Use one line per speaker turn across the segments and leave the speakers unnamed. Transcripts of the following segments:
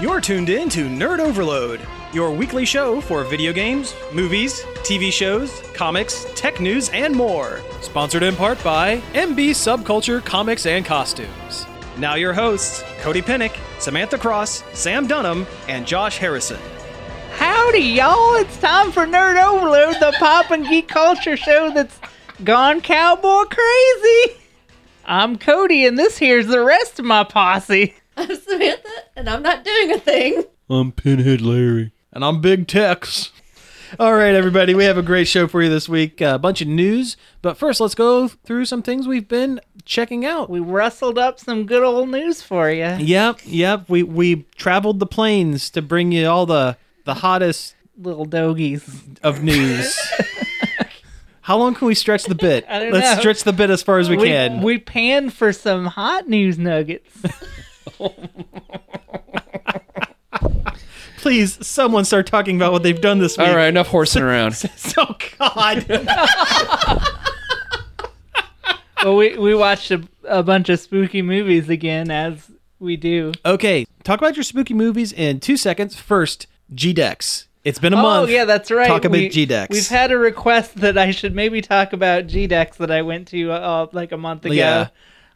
You're tuned in to Nerd Overload, your weekly show for video games, movies, TV shows, comics, tech news, and more. Sponsored in part by MB Subculture Comics and Costumes. Now, your hosts, Cody Pennick, Samantha Cross, Sam Dunham, and Josh Harrison.
Howdy, y'all! It's time for Nerd Overload, the pop and geek culture show that's gone cowboy crazy. I'm Cody, and this here's the rest of my posse.
I'm Samantha, and I'm not doing a thing.
I'm Pinhead Larry.
And I'm Big Tex. All right, everybody, we have a great show for you this week. A bunch of news, but first, let's go through some things we've been checking out.
We rustled up some good old news for you.
Yep, yep. We we traveled the plains to bring you all the the hottest
Little dogies.
of news. How long can we stretch the bit?
I don't
Let's
know.
stretch the bit as far as we, can.
we panned for some hot news nuggets.
Please, someone start talking about what they've done this week.
All right, enough horsing around.
Oh God.
well, we, we watched a, a bunch of spooky movies again, as we do.
okay, talk about your spooky movies in two seconds. First, G Dex. It's been a
Oh
month.
yeah, that's right.
Talk about
We-
G Dex.
We've had a request that I should maybe talk about G Dex that I went to uh, like a month ago.
Yeah.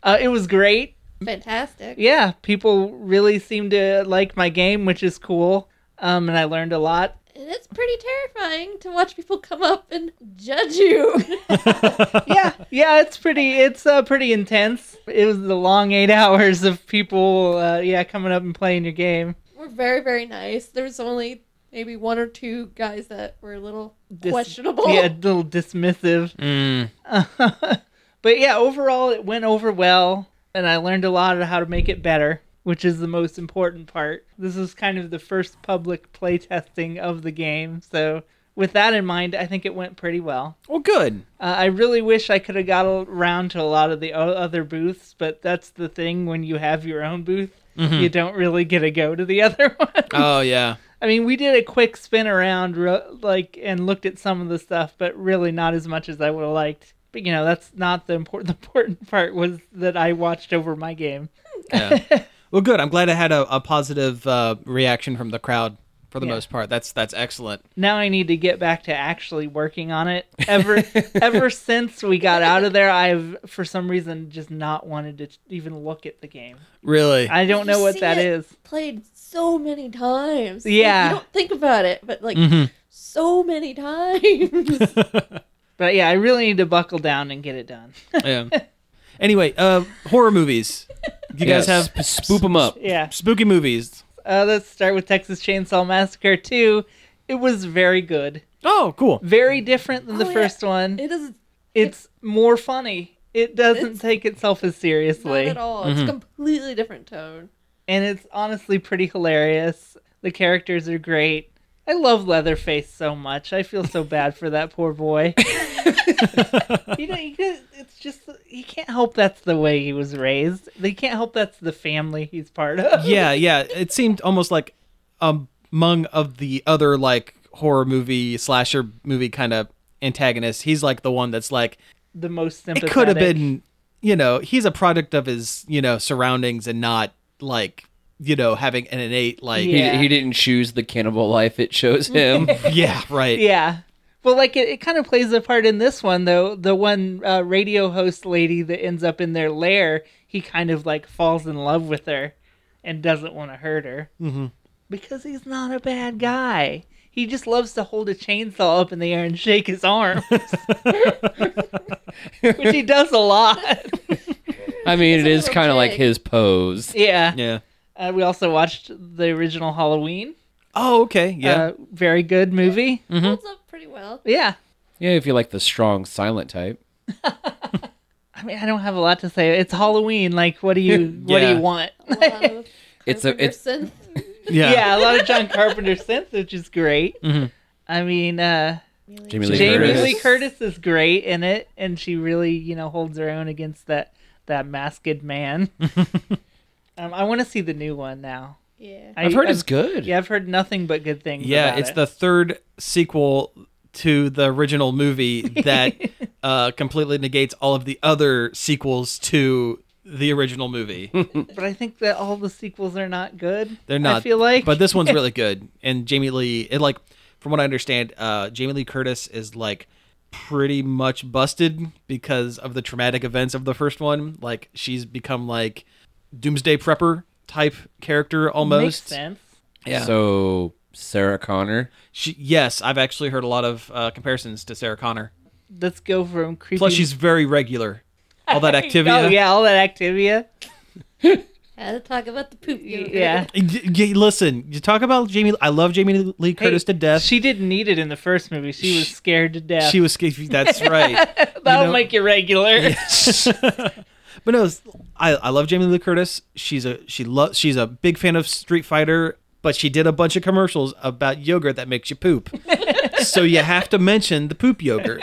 Uh, it was great.
Fantastic.
Yeah, people really seem to like my game, which is cool. Um, and I learned a lot.
And it's pretty terrifying to watch people come up and judge you.
Yeah, yeah, it's pretty. It's uh, pretty intense. It was the long eight hours of people, uh, yeah, coming up and playing your game.
We're very, very nice. There's only maybe one or two guys that were a little
Dis-
questionable.
Yeah, a little dismissive.
Mm.
but yeah, overall it went over well, and I learned a lot of how to make it better, which is the most important part. This is kind of the first public playtesting of the game, so with that in mind, I think it went pretty well.
well, good.
Uh, I really wish I could have got around to a lot of the o- other booths, but that's the thing when you have your own booth, you don't really get to go to the other one.
Oh yeah.
I mean, we did a quick spin around, ro- like, and looked at some of the stuff, but really not as much as I would have liked. But you know, that's not the important. The important part was that I watched over my game.
Well, good. I'm glad I had a, a positive uh, reaction from the crowd for the most part. That's that's excellent.
Now I need to get back to actually working on it. Ever, ever since we got out of there, I've for some reason just not wanted to even look at the game.
Really.
I don't
You
know what
see
that
it
is.
Played so many times. Like,
Yeah. Mm-hmm.
you don't think about it, but like so many times.
But yeah, I really need to buckle down and get it done.
yeah. Anyway, uh, horror movies. You guys have
sp- spoop 'em up.
Yeah.
spooky movies.
Uh, let's start with Texas Chainsaw Massacre 2. It was very good.
Oh, cool.
Very different than the
Oh, yeah.
first one.
it is
it's more funny. It doesn't
It's-
take itself as
not
seriously.
at all.
Mm-hmm.
It's a completely different tone.
And it's honestly pretty hilarious. The characters are great. I love Leatherface so much. I feel so bad for that poor boy. you know, you could, it's just you can't help that's the way he was raised. You can't help that's the family he's part of.
Yeah, yeah. It seemed almost like among of the other like horror movie slasher movie kind of antagonists. He's like the one that's like
The most
it
sympathetic.
could have been. You know, he's a product of his you know surroundings and not like you know having an innate like
Yeah.
yeah,
He, he didn't choose the cannibal life; it chose him.
right
Yeah. Well, like it, it kind of plays a part in this one though. The one uh, radio host lady that ends up in their lair, he kind of like falls in love with her, and doesn't want to hurt her mm-hmm. because he's not a bad guy. He just loves to hold a chainsaw up in the air and shake his arms, which he does a lot.
I mean, it
It's
is
a
kind
little
of like
pig.
his pose.
Yeah.
yeah.
Uh, we also watched the original Halloween.
Oh, okay. Yeah.
Uh, very good movie.
Holds up pretty well.
Yeah.
Yeah, if you like the strong, silent type.
I mean, I don't have a lot to say. It's Halloween. Like, what do you what do
Yeah.
you want?
A lot of
It's a it's
Carpenter synth.
yeah. a lot of John Carpenter synth, which is great. I mean, uh,
Jamie Lee
Jamie
Curtis.
Lee Curtis is great in it, and she really, you know, holds her own against that that masked man. um, I want to see the new one now.
Yeah.
I, uh,
I've heard it's good.
Yeah, I've heard nothing but good things.
Yeah,
about
it's
it.
the third sequel to the original movie that uh, completely negates all of the other sequels to the original movie.
But I think that all the sequels are not good.
They're not.
I feel like.
but this one's really good. And Jamie Lee, it like, from what I understand, uh, Jamie Lee Curtis is like pretty much busted because of the traumatic events of the first one. Like she's become like doomsday prepper type character almost.
makes sense.
Yeah.
So Sarah Connor.
She, yes, I've actually heard a lot of uh, comparisons to Sarah Connor.
Let's go from creepy.
Plus, she's very regular. All that activity.
Oh yeah, all that Activia.
Had to talk about the poop. yogurt.
Yeah.
Listen, you talk about Jamie. I love Jamie Lee Curtis
Hey,
to death.
She didn't need it in the first movie. She was scared to death.
She was. That's right.
That'll
you know-
make you regular.
But no, it's- I, I love Jamie Lee Curtis. She's a she lo- she's a big fan of Street Fighter, but she did a bunch of commercials about yogurt that makes you poop. so you have to mention the poop yogurt.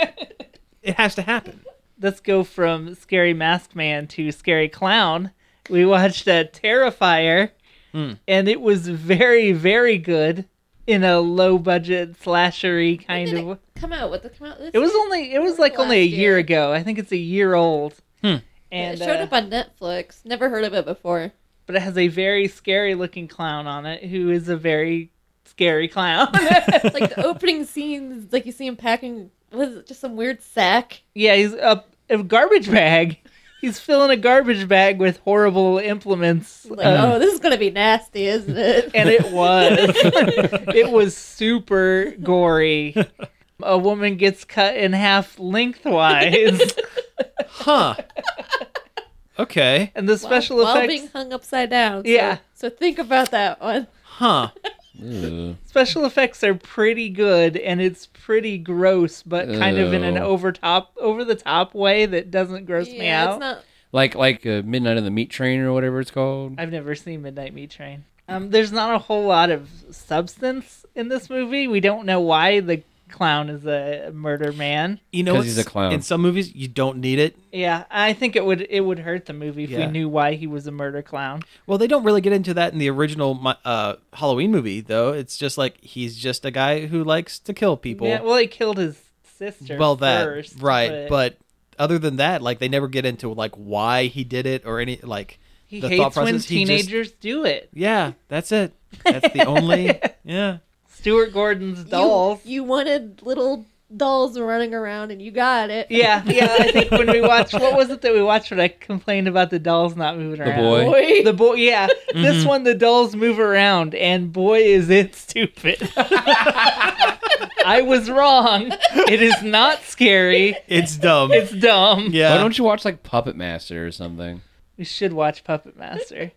It has to happen.
Let's go from Scary Mask Man to Scary Clown. We watched a Terrifier,
Hmm.
and it was very, very good in a low budget slashery
When
kind
did
of.
it come out. What the come out? This
It was only it was like only a
Last
year
year.
ago. I think it's a year old.
Hmm.
year? It
And
showed
uh,
up on Netflix. Never heard of it before.
but it has a very scary looking clown on it who is a very scary clown.
It's like the opening scenes, like you see him packing was it just some weird sack.
Yeah, he's a, a garbage bag. He's filling a garbage bag with horrible implements.
Like,
uh,
oh, this is gonna be nasty, isn't it?
and it was. it was super gory. A woman gets cut in half lengthwise,
Huh. Okay.
and the special
while, while
effects
being hung upside down. so-
Yeah.
So think about that one.
Huh.
Ugh.
special effects are pretty good, and it's pretty gross, but kind of in an
Ew.
over top, over the top way that doesn't gross me
Yeah,
out.
It's not
Like like uh, Midnight on the Meat Train or whatever it's called.
I've never seen Midnight Meat Train. Um, there's not a whole lot of substance in this movie. We don't know why the clown is a murder man.
You know,
'Cause he's
what's-
a clown.
In some movies, you don't need it.
Yeah, I think it would it would hurt the movie if we
Yeah.
knew why he was a murder clown.
Well, they don't really get into that in the original mi- uh, Halloween movie, though. It's just like he's just a guy who likes to kill people.
Yeah, well, he killed his sister.
well that
first,
right but... other than that like they never get into like why he did it or any like
he
the thought
hates when
process, he just-
teenagers do it.
yeah that's it that's the only yeah
Stuart Gordon's
you-
dolls.
You, wanted little dolls running around and you got it.
Yeah, yeah. I think when we watched, what was it that we watched when I complained about the dolls not moving around?
boy.
Boy.
The boy, yeah.
Mm-hmm.
This one, the dolls move around, and boy, is it stupid. I was wrong. It is not scary.
it's dumb
It's dumb.
yeah
Why don't you watch like Puppet Master or something?
We should watch Puppet Master.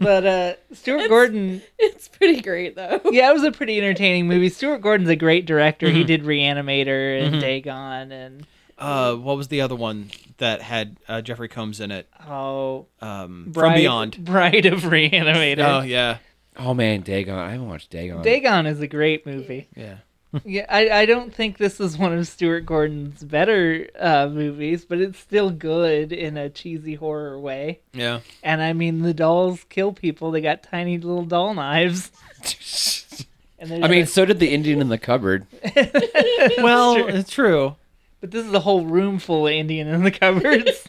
But uh Stuart Gordon,
It's pretty great though.
yeah, it was a pretty entertaining movie. Stuart Gordon's a great director.
Mm-hmm.
He did Reanimator and Dagon and
uh what was the other one that had uh, jeffrey combs in it
oh,
um
Bride-
from beyond
Bride of Reanimator.
oh yeah
Oh man, Dagon. I haven't watched Dagon.
Dagon is a great movie.
yeah
Yeah, I, I don't think this is one of Stuart Gordon's better uh, movies, but it's still good in a cheesy horror way.
yeah
And I mean, the dolls kill people. They got tiny little doll knives. And there's
I mean,
a-
so did the Indian in the cupboard.
well
true.
it's true
but this is a whole room full of Indian in the cupboards.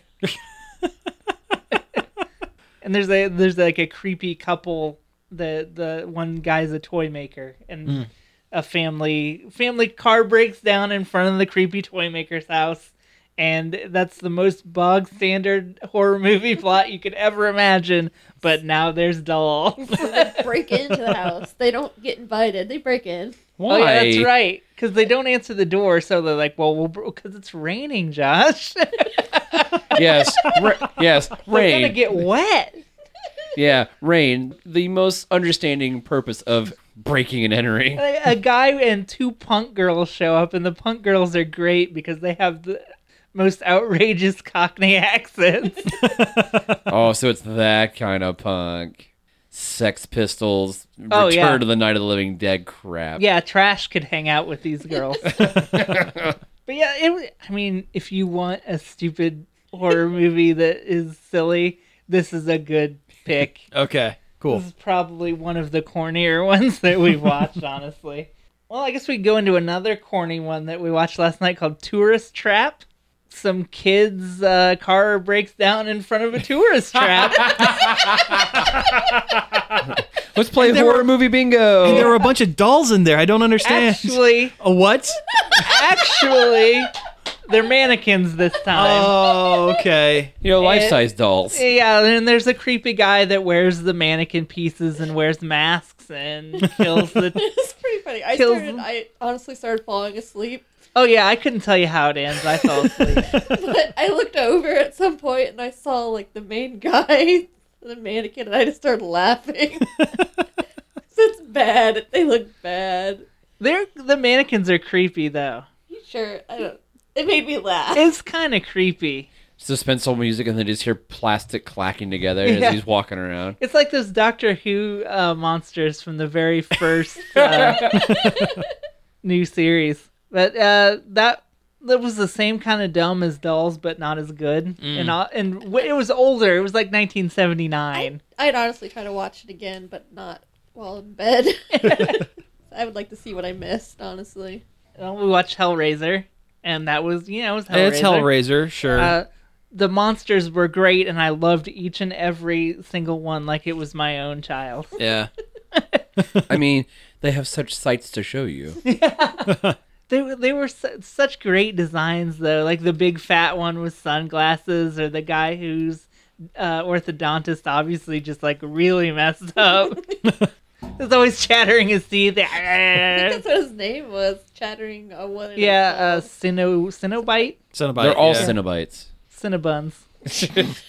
and there's a there's like a creepy couple. The the one guy's a toy maker, and a family family car breaks down in front of the creepy toy maker's house. And that's the most bog standard horror movie plot you could ever imagine. But now there's dolls.
they break into the house. They don't get invited. They break in.
Why?
Oh yeah, that's right. Because they don't answer the door, so they're like, "Well, we'll because it's raining, Josh.
Yes, ra- yes,
We're gonna
rain.
get wet."
yeah, rain. The most understanding purpose of breaking and entering.
a a guy and two punk girls show up, and the punk girls are great because they have the most outrageous Cockney accents.
Oh, so it's that kind of punk. Sex Pistols, Return
Oh, yeah.
to the Night of the Living Dead crap.
yeah, Trash could hang out with these girls. but yeah, it. wa- I mean, if you want a stupid horror movie that is silly, this is a good pick.
okay cool
This is probably one of the cornier ones that we've watched, honestly. Well, I guess we go into another corny one that we watched last night called Tourist Trap. some kid's uh, car breaks down in front of a tourist trap.
Let's play
there
horror
were-
movie bingo.
And there were a bunch of dolls in there. I don't understand.
actually,
a what?
actually, they're mannequins this time.
Oh, okay.
you know,
Eh.
life size dolls.
yeah, and there's a creepy guy that wears the mannequin pieces and wears masks and kills the.
it's pretty funny. I
Kills
started.
them.
I honestly started falling asleep,
Oh yeah, I couldn't tell you how it ends. I fell asleep.
but I looked over at some point and I saw like the main guy, the mannequin, and I just started laughing. it's bad. They look bad.
They're the mannequins are creepy though.
You sure? I don't. It made me laugh.
It's kind of creepy.
Suspenseful music, and then just hear plastic clacking together
Yeah.
as he's walking around.
It's like those Doctor Who uh, monsters from the very first uh, new series. But uh, that that was the same kind of dumb as Dolls, but not as good.
Mm.
And uh, and w- it was older. It was like 1979.
I'd honestly try to watch it again, but not while in bed. I would like to see what I missed, honestly.
Uh, we watched Hellraiser, and that was you know it was Hellraiser.
It's Hellraiser, sure.
Uh, the monsters were great, and I loved each and every single one like it was my own child.
yeah.
I mean, they have such sights to show you.
They were they were su- such great designs though. Like the big fat one with sunglasses, or the guy who's uh, orthodontist, obviously just like really messed up. He's always chattering his teeth.
I think
yeah,
that's what his name was. Chattering uh, what? it
uh,
was
Cino Cinobite,
Cenobite,
They're all
yeah.
Cenobites.
Cinnabons.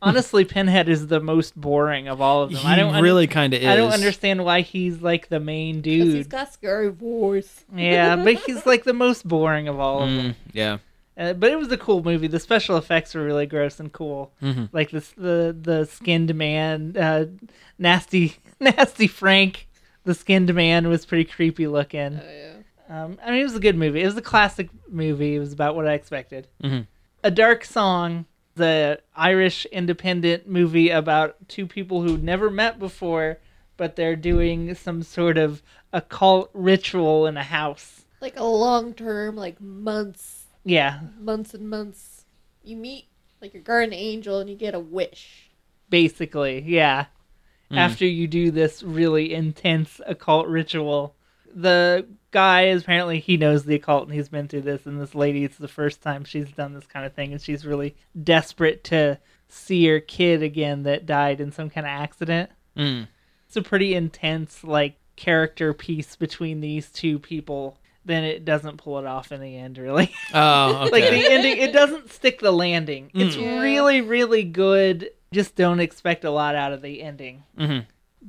Honestly, Pinhead is the most boring of all of them.
He
I don't under-
really kind of is.
I don't understand why he's like the main
'Cause he's
dude.
got scary voice.
yeah, but he's like the most boring of all of them.
Mm, yeah.
Uh, but it was a cool movie. The special effects were really gross and cool.
Mhm.
Like this, the the skinned man, uh, nasty nasty Frank. The skinned man was pretty creepy looking.
Oh yeah.
Um, I mean, it was a good movie. It was a classic movie. It was about what I expected.
Mhm.
A dark song, the Irish independent movie about two people who never met before, but they're doing some sort of occult ritual in a house.
Like a long term, like months,
Yeah,
months and months. You meet like your guardian angel and you get a wish.
basically yeah after you do this really intense occult ritual the guy is apparently he knows the occult and he's been through this and this lady it's the first time she's done this kind of thing and she's really desperate to see her kid again that died in some kind of accident
Mm.
it's a pretty intense like character piece between these two people then it doesn't pull it off in the end really
Oh, okay.
like the ending it doesn't stick the landing it's
Yeah.
really really good just don't expect a lot out of the ending
Mhm.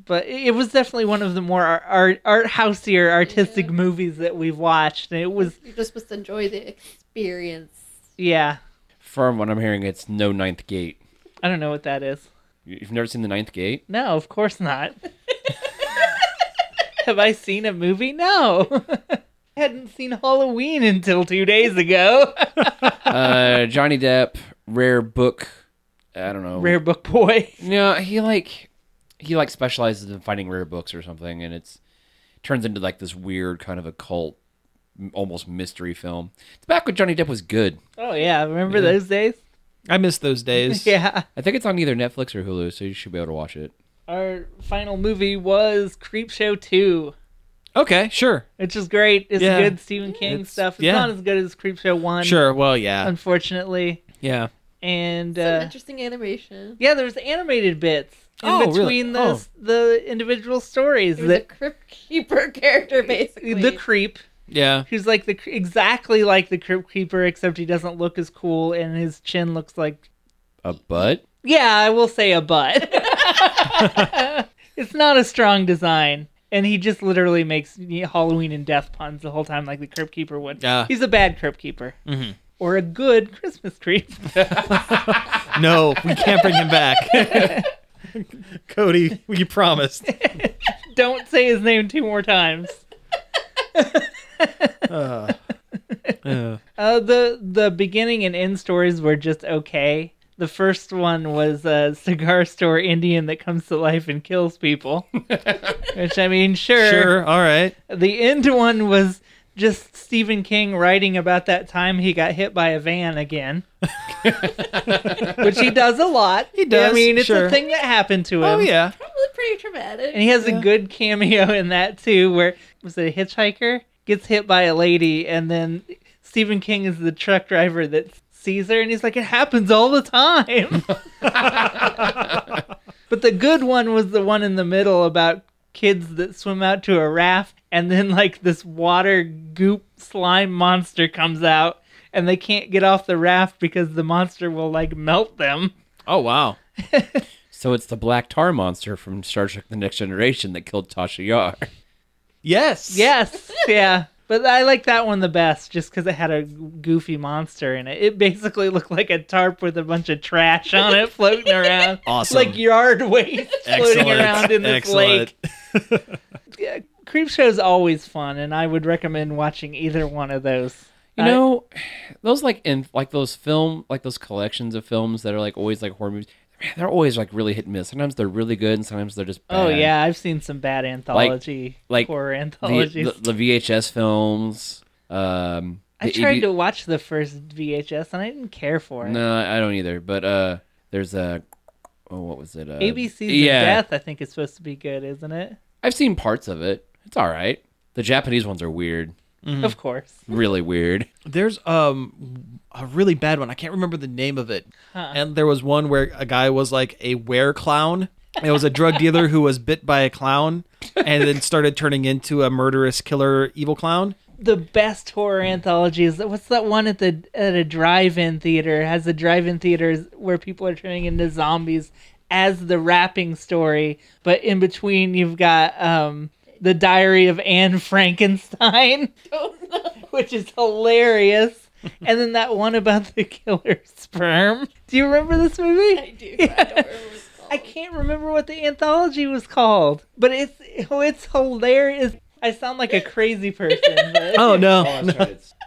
but it it was definitely one of the more art, art, art houseier artistic movies that we've watched and it was
You're just supposed to enjoy the experience.
yeah
From what I'm hearing, it's no ninth gate.
i don't know what that is
You've never seen the ninth gate?
no of course not have i seen a movie no I hadn't seen halloween until two days ago
Uh, Johnny Depp, rare book. I don't know.
rare book boy
No, he like he like specializes in finding rare books or something, and it's turns into like this weird kind of occult, m- almost mystery film. It's back when Johnny Depp was good.
oh yeah remember those days
I miss those days.
yeah
I think it's on either Netflix or Hulu, so you should be able to watch it.
our final movie was Creepshow 2,
Okay, sure.
which is great. It's
Yeah.
good Stephen King
It's-
stuff. It's
yeah.
not as good as Creepshow 1,
Sure. Well,
um,
yeah.
unfortunately.
Yeah.
And
Some
uh,
interesting animation.
yeah, there's animated bits in
Oh, really?
between the,
Oh.
the individual stories.
He was a
That,
crypt keeper character, basically.
the creep,
Yeah.
who's like the cre- exactly like the crypt keeper, except he doesn't look as cool and his chin looks like
A butt?
Yeah, I will say a butt. it's not a strong design. And he just literally makes Halloween and death puns the whole time, like the Crypt Keeper would.
Yeah.
He's a bad Crypt Keeper. Or a good Christmas creep.
No, we can't bring him back. Cody, we promised.
Don't say his name two more times.
Uh, uh,
Uh, the the beginning and end stories were just okay. The first one was a cigar store Indian that comes to life and kills people. Which I mean,
sure. All right.
The end one was just Stephen King writing about that time he got hit by a van again, which he does a lot. He
does,
I mean, it's
sure.
a thing that happened to
Oh
him.
yeah.
Probably pretty traumatic.
And he has a good cameo in that too, where was it a hitchhiker gets hit by a lady, and then Stephen King is the truck driver that sees her, and he's like, "It happens all the time." but the good one was the one in the middle about kids that swim out to a raft, and then like this water goop slime monster comes out, and they can't get off the raft because the monster will like melt them.
Oh wow.
So it's the black tar monster from Star Trek: The Next Generation that killed Tasha Yar.
Yes.
Yes, yeah. But I like that one the best just because it had a goofy monster in it. It basically looked like a tarp with a bunch of trash on it floating around.
Awesome.
Like yard waste floating around in this lake. Yeah, Creep Show is always fun, and I would recommend watching either one of those.
You
I-
know, those like in like those film like those collections of films that are like always like horror movies. Man, they're always like really hit and miss. Sometimes they're really good, and sometimes they're just bad.
oh, yeah, I've seen some bad anthology,
like
horror anthologies.
The, the, the VHS films. Um,
I
the-
tried
you-
to watch the first VHS, and I didn't care for it.
No, I don't either. But uh, there's a. Oh, what was it? Uh,
ABC's of Death, I think, is supposed to be good, isn't it?
I've seen parts of it. It's all right. The Japanese ones are weird,
Of course.
really weird.
There's um a really bad one. I can't remember the name of it. And there was one where a guy was like a were clown. It was a drug dealer who was bit by a clown and then started turning into a murderous killer evil clown.
the best horror anthologies. What's that one at the at a drive-in theater? It has the drive-in theaters where people are turning into zombies as the wrapping story, but in between you've got um, the Diary of Anne Frankenstein,
Oh,
which is hilarious. and then that one about the killer sperm. Do you remember this movie?
I do. but I don't remember what it's called.
I can't remember what the anthology was called, but it's oh, it's hilarious. I sound like a crazy person. But
Oh no.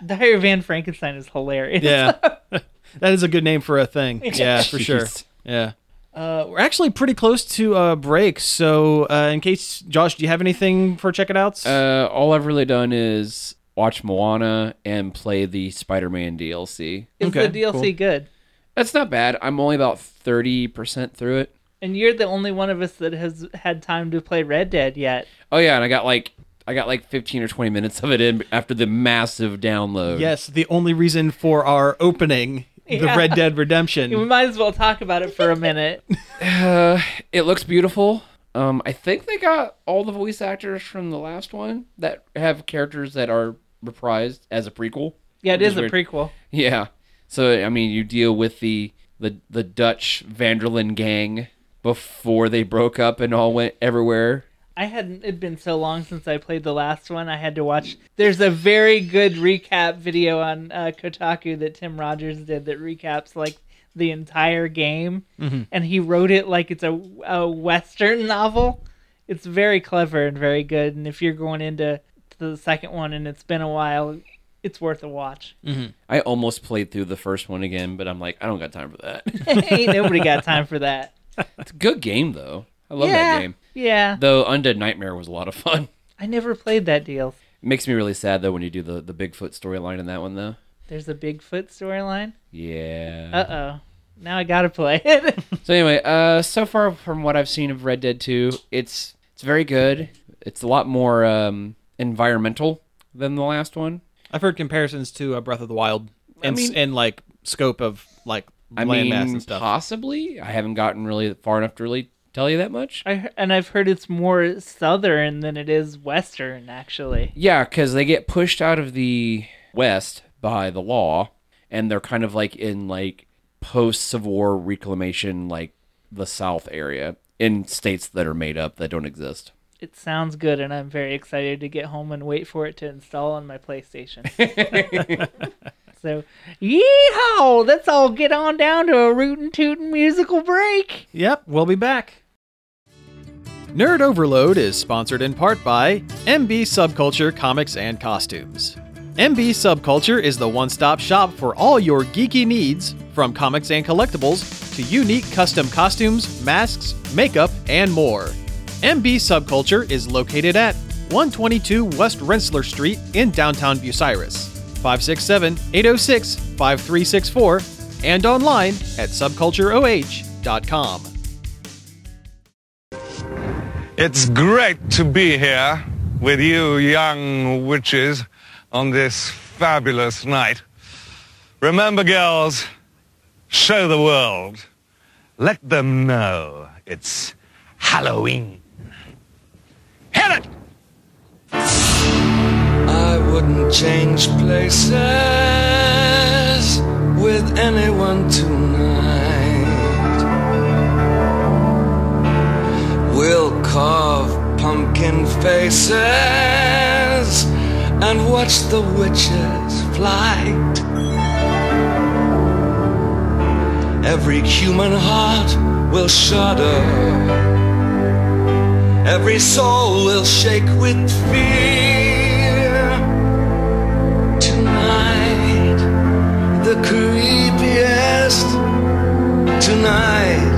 Diary of Anne Frankenstein is hilarious.
Yeah. that is a good name for a thing. Yeah, for sure.
Jeez.
Yeah. Uh, we're actually pretty close to a break, so uh, in case Josh, do you have anything for check it outs?
Uh, all I've really done is watch Moana and play the Spider-Man DLC.
Is
Okay,
the DLC
cool.
good?
That's not bad. I'm only about thirty percent through it.
And you're the only one of us that has had time to play Red Dead yet.
Oh yeah, and I got like I got like fifteen or twenty minutes of it in after the massive download.
yes, the only reason for our opening, the
Yeah.
Red Dead Redemption.
We might as well talk about it for a minute.
Uh, it looks beautiful. Um, I think they got all the voice actors from the last one that have characters that are reprised as a prequel.
Yeah, it
Which
is a
weird.
prequel.
Yeah. So I mean, you deal with the the the Dutch Vanderlyn gang before they broke up and all went everywhere.
I hadn't. It'd been so long since I played the last one. I had to watch. There's a very good recap video on uh, Kotaku that Tim Rogers did that recaps like the entire game,
Mm-hmm.
and he wrote it like it's a, a Western novel. It's very clever and very good. And if you're going into the second one and it's been a while, it's worth a watch.
I almost played through the first one again, but I'm like, I don't got time for that.
Ain't nobody got time for that.
it's a good game though. I love
yeah,
that game.
yeah.
Though Undead Nightmare was a lot of fun.
I never played that deal.
It makes me really sad though when you do the the Bigfoot storyline in that one though.
There's a Bigfoot storyline.
Yeah.
Uh oh. Now I gotta play it.
So anyway, uh, so far from what I've seen of Red Dead 2, it's it's very good. It's a lot more um, environmental than the last one.
I've heard comparisons to uh, Breath of the Wild and, s
mean-
and like scope of like
I
land mass
mean,
and stuff.
possibly. I haven't gotten really far enough to really tell you that much.
I, he- and I've heard it's more southern than it is western, actually.
Yeah, because they get pushed out of the West by the law, and they're kind of like in like post Civil War reclamation, like the South area in states that are made up that don't exist.
It sounds good, and I'm very excited to get home and wait for it to install on my PlayStation. so, yeehaw! Let's all get on down to a rootin' tootin' musical break.
Yep, we'll be back. Nerd Overload is sponsored in part by MB Subculture Comics and Costumes. MB Subculture is the one stop shop for all your geeky needs, from comics and collectibles to unique custom costumes, masks, makeup, and more. MB Subculture is located at 122 West Rensselaer Street in downtown Bucyrus, 567 806 5364, and online at subcultureoh.com.
It's great to be here with you young witches on this fabulous night. Remember, girls, show the world. Let them know it's Halloween. Hit it!
I wouldn't change places with anyone tonight. We'll carve pumpkin faces and watch the witches' flight. Every human heart will shudder. Every soul will shake with fear. Tonight, the creepiest. Tonight,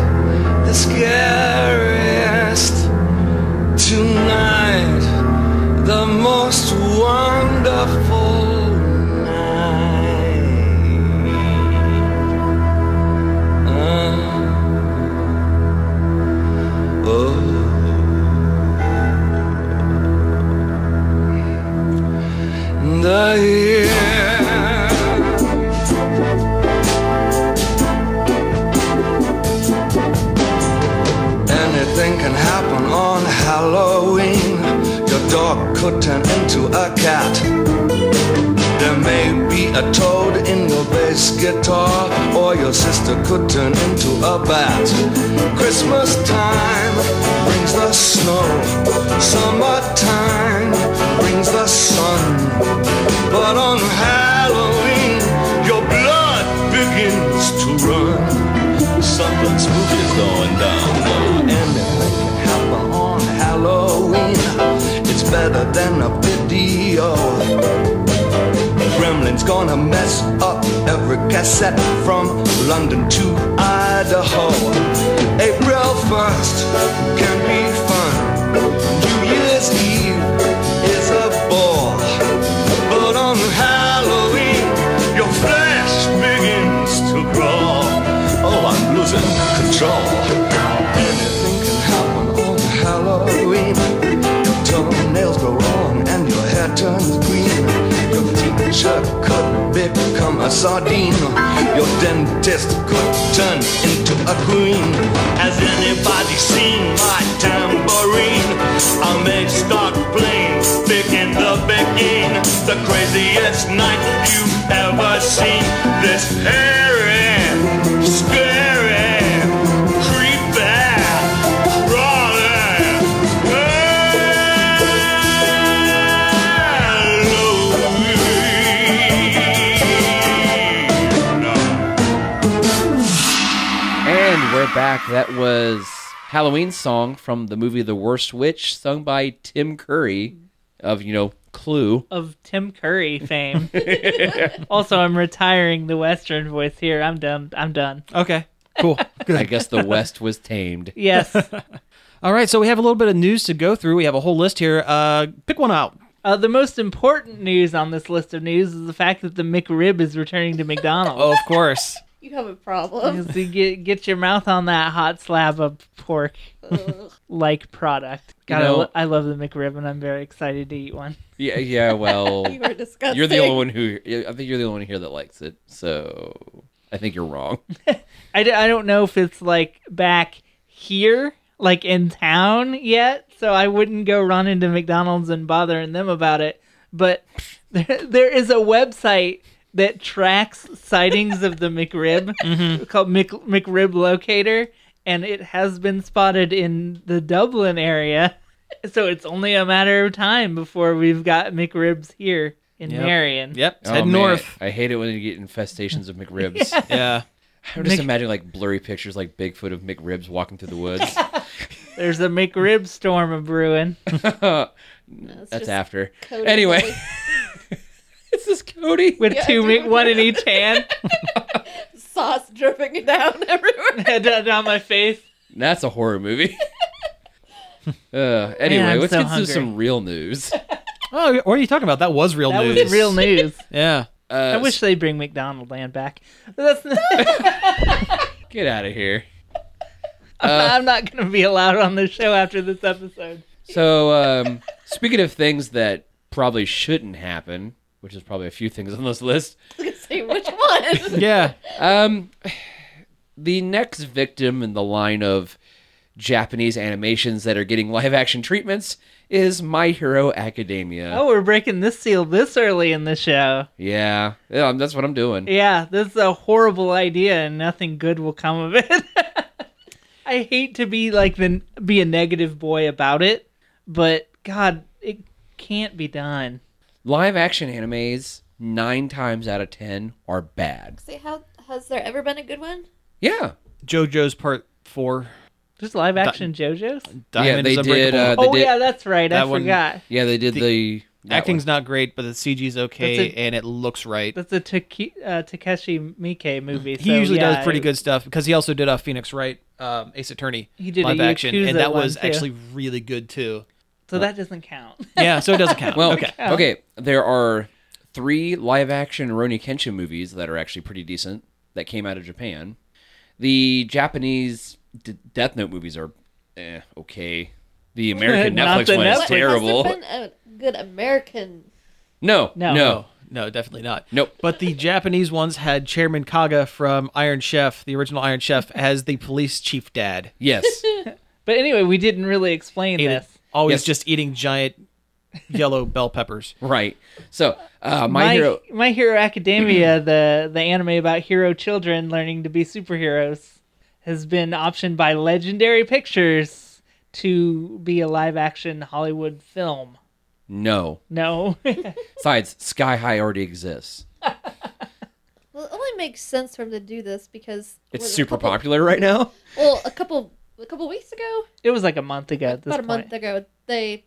the scariest. Tonight, the most wonderful night. Uh, Ah. oh. the year. Anything can happen on Halloween. Your dog could turn into a cat. There may be a toad in your bass guitar, or your sister could turn into a bat. Christmas time brings the snow, summertime brings the sun. But on Halloween, your blood begins to run. Something spooky's going down. Anything can happen on Halloween. It's better than a video. Gremlin's gonna mess up every cassette from London to Idaho. April 1st can be fun. New Year's Eve is a bore. But on Halloween, your flesh begins to grow. Oh, I'm losing control. Anything can happen on Halloween. Your toenails grow long and your hair turns green. Your teacher could become a sardine. Your dentist could turn into a queen. Has anybody seen my tambourine? I may start playing big in the beginning. The craziest night you've ever seen. This hairy, scary, creepy, crawling Halloween.
And we're back. That was Halloween song from the movie The Worst Witch, sung by Tim Curry of, you know, Clue.
of Tim Curry fame. also, I'm retiring the Western voice here. I'm done. I'm done.
Okay, cool. Good.
I guess the West was tamed.
Yes.
All right, so we have a little bit of news to go through. We have a whole list here. Uh, pick one out.
Uh, the most important news on this list of news is the fact that the McRib is returning to McDonald's.
Oh, of course.
You have a problem.
So get get your mouth on that hot slab of pork like product. God, I,
know-
lo- I love the McRib, and I'm very excited to eat one.
Yeah, yeah, well,
you are disgusting.
you're the only one who, I think you're the only one here that likes it. So I think you're wrong.
I, d- I don't know if it's like back here, like in town yet, so I wouldn't go run into McDonald's and bothering them about it. But there, there is a website that tracks sightings of the McRib
Mm-hmm.
called Mc, McRib Locator, and it has been spotted in the Dublin area. So it's only a matter of time before we've got McRibs here in Marion.
Yep, it's
Oh,
head
man.
north.
I hate it when you get infestations of McRibs.
Yeah.
I'm just imagining like blurry pictures like Bigfoot of McRibs walking through the woods.
There's a McRib storm a brewing.
That's
just
after.
Cody
Anyway,
always
this is Cody.
with
Yeah,
two
dude.
Mc, one in each hand
Sauce dripping down everywhere.
and, uh, down my face.
That's a horror movie. Uh, anyway,
I'm
let's
so
get to
hungry.
some real news.
Oh, what are you talking about? That was real
That
news.
was real news.
Yeah.
Uh,
I wish they'd bring McDonald Land back. That's not,
Get out of here.
I'm not going to be allowed on this show after this episode.
So, um, speaking of things that probably shouldn't happen, which is probably a few things on this list,
See which one?
Yeah.
um, the next victim in the line of Japanese animations that are getting live action treatments is My Hero Academia.
Oh, we're breaking this seal this early in the show.
Yeah, yeah, that's what I'm doing.
Yeah, this is a horrible idea, and nothing good will come of it. I hate to be like the be a negative boy about it, but God, it can't be done.
Live action animes, nine times out of ten, are bad.
See how has there ever been a good one?
Yeah.
JoJo's part four.
Just live action JoJo's.
Yeah,
Diamond
they
is
did.
Unbreakable.
Uh, they
Oh
did
yeah, that's right. I
that one-
forgot.
yeah, they did the, that
Acting's not great, but the CG's okay
That's a-
and it looks right.
That's a Take- uh, Takeshi Miike movie.
He
so,
usually
yeah,
does pretty good stuff because he also did uh, Phoenix Wright, um, Ace Attorney
He did a
live action,
Yakuza
and that
one,
was
too.
actually really good too.
So that doesn't count.
Yeah, so it doesn't count.
Well,
okay.
okay. There are three live action Roni Kenshin movies that are actually pretty decent that came out of Japan. The Japanese D- Death Note movies are eh, okay. The American
Not the
Netflix one
Netflix.
is
What-
But has there
terrible.
been a good American.
No,
No.
no,
No, no, definitely not.
Nope.
But the Japanese ones had Chairman Kaga from Iron Chef, the original Iron Chef, as the police chief dad.
Yes.
But anyway, we didn't really explain
Ate it-
this.
Always
Yes.
just eating giant yellow bell peppers.
right. So, uh, my,
My
hero.
My Hero Academia, the the anime about hero children learning to be superheroes, has been optioned by Legendary Pictures to be a live action Hollywood film.
No.
No,
Besides, Sky High already exists.
Well, it only makes sense for him to do this because
It's
was it a
super
couple-
popular right now.
Well, a couple a couple weeks ago,
it was like a month ago at this
about a
point.
month ago, they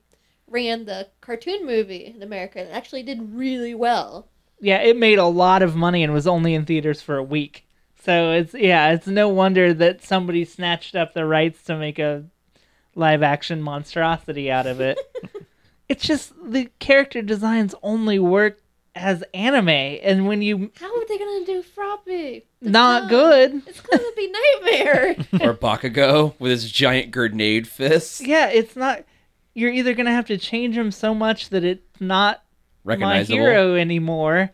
ran the cartoon movie in America and it actually did really well.
Yeah, it made a lot of money and was only in theaters for a week. So it's yeah, it's no wonder that somebody snatched up the rights to make a live action monstrosity out of it. it's just the character designs only work as anime and when you
How are they gonna do Froppy?
not
not.
good
It's gonna be nightmare.
or Bakugo with his giant grenade fist.
yeah it's not you're either going to have to change them so much that it's not my
Recognizable.
hero anymore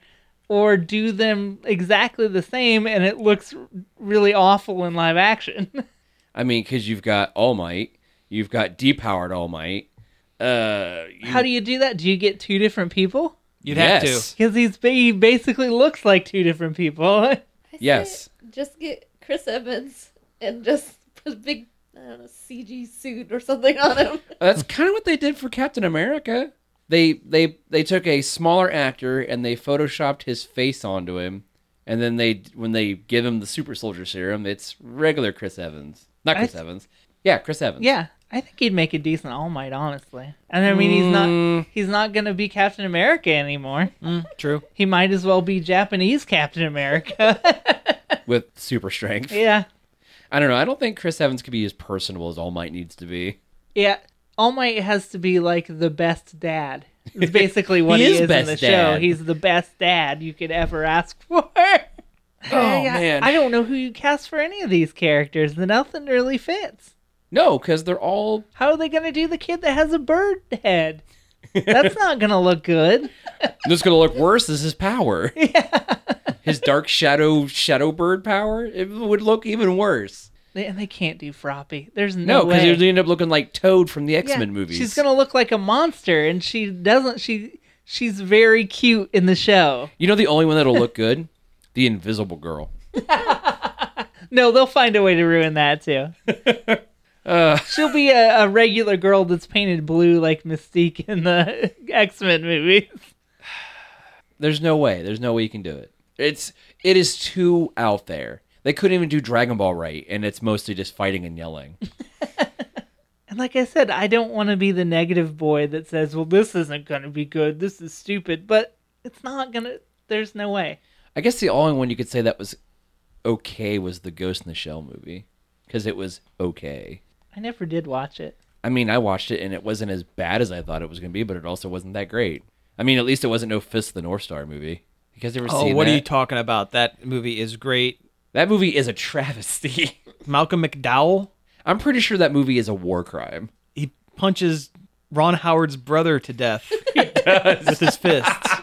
or do them exactly the same and it looks r- really awful in live action
I mean, because you've got All Might, you've got depowered All Might. Uh, you-
How do you do that? Do you get two different people?
You'd have
yes,
to.
Because he's ba- he basically looks like two different people.
I say
Yes.
Just get Chris Evans and just put a big I don't know, CG suit or something on him.
Uh, that's kind of what they did for Captain America. They they they took a smaller actor and they photoshopped his face onto him, and then they when they give him the super soldier serum, it's regular Chris Evans, not Chris
I-
Evans. Yeah, Chris Evans.
yeah, I think he'd make a decent All Might, honestly. And I mean, he's
Mm.
not he's not gonna be Captain America anymore.
True.
He might as well be Japanese Captain America.
with super strength.
yeah,
I don't know. I don't think Chris Evans could be as personable as All Might needs to be.
yeah. All Might has to be like the best dad. It's basically what
He
he,
is
is, in
best
the show.
dad.
He's the best dad you could ever ask for.
Oh
I don't know who you cast for any of these characters. Nothing really fits.
no, because they're all
How are they going to do the kid that has a bird head? That's not going to look good.
This gonna look worse is his power. Yeah. his dark shadow shadow bird power. It would look even worse.
They, and they can't do Froppy. There's no,
No, because
way.
it would end up looking like Toad from the X
Yeah,
Men movies.
She's going to look like a monster, and she doesn't. She she's very cute in the show.
You know the only one that'll look good? The Invisible Girl.
No, they'll find a way to ruin that too. She'll be a, a regular girl that's painted blue like Mystique in the X Men movies.
There's no way. There's no way you can do it. It's it is too out there. They couldn't even do Dragon Ball right, and it's mostly just fighting and yelling.
And like I said, I don't want to be the negative boy that says, "Well, this isn't going to be good. This is stupid." But it's not going to there's no way.
I guess the only one you could say that was okay was the Ghost in the Shell movie, because it was okay.
I never did watch it.
I mean, I watched it and it wasn't as bad as I thought it was going to be, but it also wasn't that great. I mean, at least it wasn't no Fist of the North Star movie. You guys ever
Oh,
seen
what
that?
are you talking about? That movie is great.
that movie is a travesty.
Malcolm McDowell,
I'm pretty sure that movie is a war crime.
he punches Ron Howard's brother to death with his fists.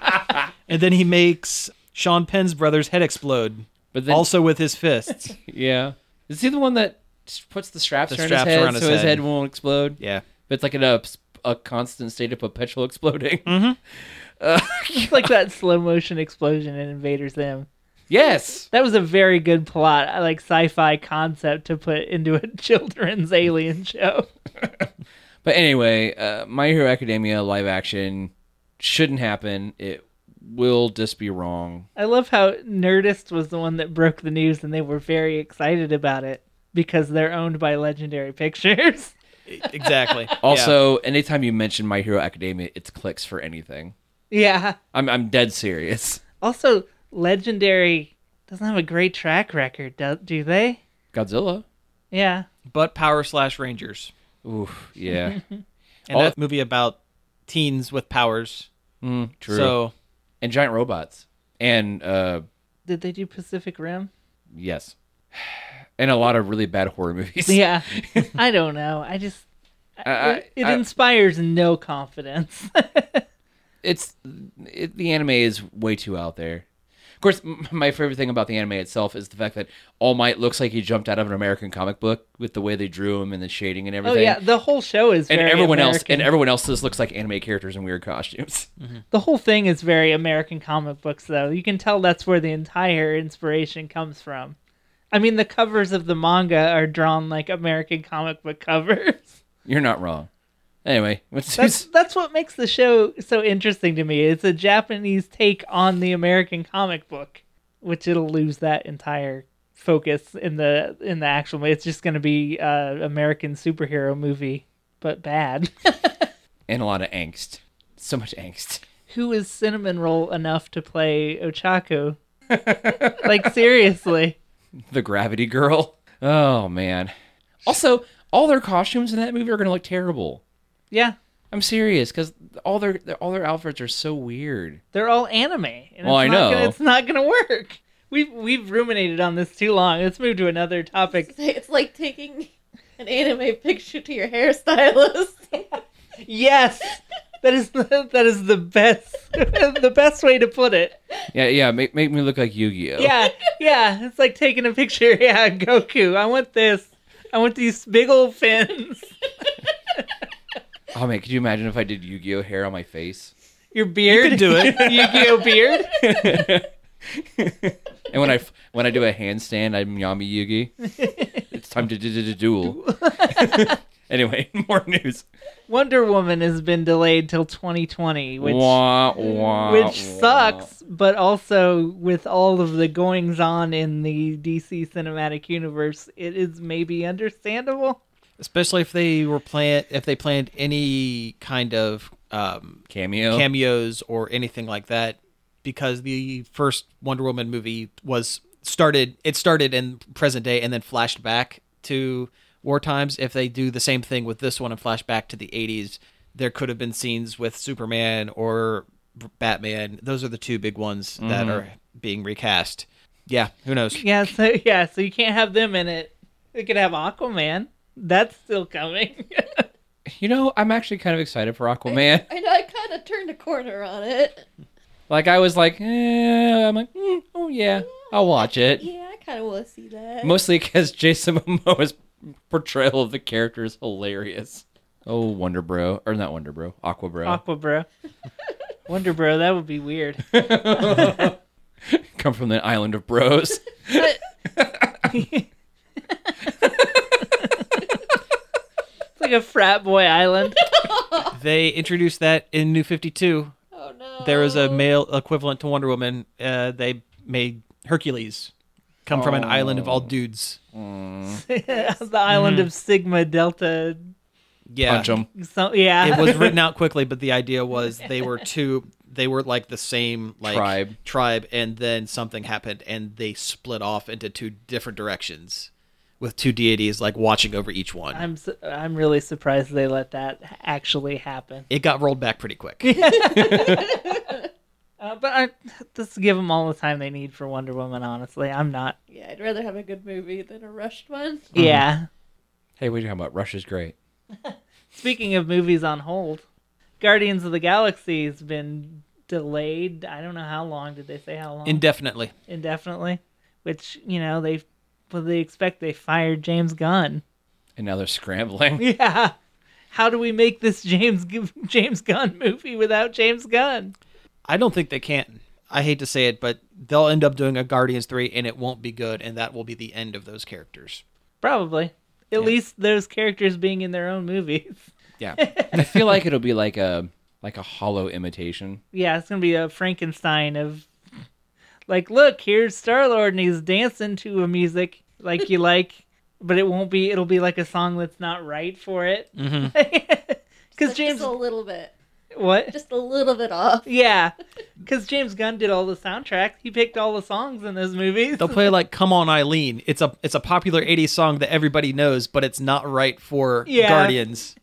and then he makes Sean Penn's brother's head explode,
But then,
also with his fists.
yeah, is he the one that s- puts the straps,
The
around,
straps
his head
around his
so his
head.
head won't explode?
yeah.
But it's like in a a constant state of perpetual exploding.
Mm-hmm.
It's like that slow motion explosion in Invader Zim.
Yes,
That was a very good plot, I like sci-fi concept to put into a children's alien show.
but anyway, uh, My Hero Academia live action shouldn't happen. It will just be wrong.
I love how Nerdist was the one that broke the news, and they were very excited about it because they're owned by Legendary Pictures.
E, Exactly.
Also, anytime you mention My Hero Academia, it's clicks for anything.
yeah.
I'm I'm dead serious.
Also, Legendary doesn't have a great track record, do, do they?
Godzilla.
Yeah.
Yeah. but Power Slash Rangers.
Oof. Yeah.
And
All-
that movie about teens with powers.
Mm, true.
So
and giant robots. And uh,
Did they do Pacific Rim?
yes. And a lot of really bad horror movies.
Yeah. I don't know. I just
I, I,
it, it
I-
inspires no confidence.
it's it, the anime is way too out there. Of course, m- my favorite thing about the anime itself is the fact that All Might looks like he jumped out of an American comic book with the way they drew him and the shading and
oh
everything.
yeah, the whole show is
and
very
everyone else
American.
and everyone else just looks like anime characters in weird costumes.
the whole thing is very American comic books, though. You can tell that's where the entire inspiration comes from. I mean, the covers of the manga are drawn like American comic book covers.
You're not wrong. Anyway, what's
That's that's what makes the show so interesting to me. It's a Japanese take on the American comic book, which it'll lose that entire focus in the in the actual. It's just going to be uh, American superhero movie, but bad.
and a lot of angst. So much angst.
who is cinnamon roll enough to play Ochaku? like seriously.
The Gravity Girl. Oh man. Also, all their costumes in that movie are going to look terrible.
Yeah.
I'm serious because all their all their outfits are so weird.
They're all anime. And
Well,
it's not
I know.
Gonna, it's not gonna work. We've we've ruminated on this too long. Let's move to another topic.
It's like taking an anime picture to your hairstylist.
Yes. That is the, that is the best the best way to put it.
Yeah, yeah. Make make me look like Yu-Gi-Oh.
Yeah, yeah. It's like taking a picture. Yeah, Goku. I want this. I want these big old fins.
Oh man, could you imagine if I did Yu-Gi-Oh hair on my face?
Your beard.
could do it.
Yu-Gi-Oh beard.
And when I f- when I do a handstand, I'm Yami Yugi. It's time to d- d- d- duel. anyway, more news.
Wonder Woman has been delayed till 2020, which
wah, wah,
which
wah.
sucks, but also with all of the goings on in the DC cinematic universe, it is maybe understandable.
especially if they were plan if they planned any kind of um,
Cameo.
cameos or anything like that because the first Wonder Woman movie was started it started in present day and then flashed back to war times if they do the same thing with this one and flash back to the 80s there could have been scenes with Superman or Batman those are the two big ones that
Mm-hmm.
are being recast yeah who knows
Yeah, so yeah, so you can't have them in it. We could have Aquaman. That's still coming.
You know, I'm actually kind of excited for Aquaman.
I know I kind of turned a corner on it.
Like I was like, eh, I'm like, mm, oh yeah, I'll watch it.
Yeah, I kind of want to see that.
Mostly because Jason Momoa's portrayal of the character is hilarious. Oh, Wonder Bro, or not Wonder Bro, Aqua Bro.
Aqua Bro. Wonder Bro, that would be weird.
Come from the island of bros.
it's like a frat boy island.
they introduced that in New 52
oh no.
there was a male equivalent to Wonder Woman. Uh, they made Hercules come from an island of all dudes.
the island of Sigma Delta.
Yeah,
Punch 'em.
So, yeah.
it was written out quickly, but the idea was they were two. They were like the same like
Tribe.
tribe, and then something happened, and they split off into two different directions. with two deities like watching over each one.
I'm su- I'm really surprised they let that actually happen.
it got rolled back pretty quick.
Uh, but I, let's give them all the time they need for Wonder Woman. Honestly, I'm not.
Yeah, I'd rather have a good movie than a rushed one.
Yeah.
Hey, what are you talking about? Rush is great.
Speaking of movies on hold, Guardians of the Galaxy's been delayed. I don't know how long. Did they say how long?
Indefinitely.
Indefinitely. Which you know they, well they expect they fired James Gunn.
And now they're scrambling.
Yeah. How do we make this James James Gunn movie without James Gunn?
I don't think they can. I hate to say it, but they'll end up doing a Guardians 3 and it won't be good and that will be the end of those characters.
Probably. At least those characters being in their own movies.
Yeah. I feel like it'll be like a like a hollow imitation.
Yeah, it's gonna be a Frankenstein of like, look, here's Star Lord and he's dancing to a music like you like, but it won't be it'll be like a song that's not right for it.
Mm-hmm.
Because
Like,
James
just a little bit,
what?
just a little bit off.
Yeah, because James Gunn did all the soundtracks. He picked all the songs in those movies.
They'll play like "Come On, Eileen." It's a it's a popular '80s song that everybody knows, but it's not right for
Yeah.
Guardians.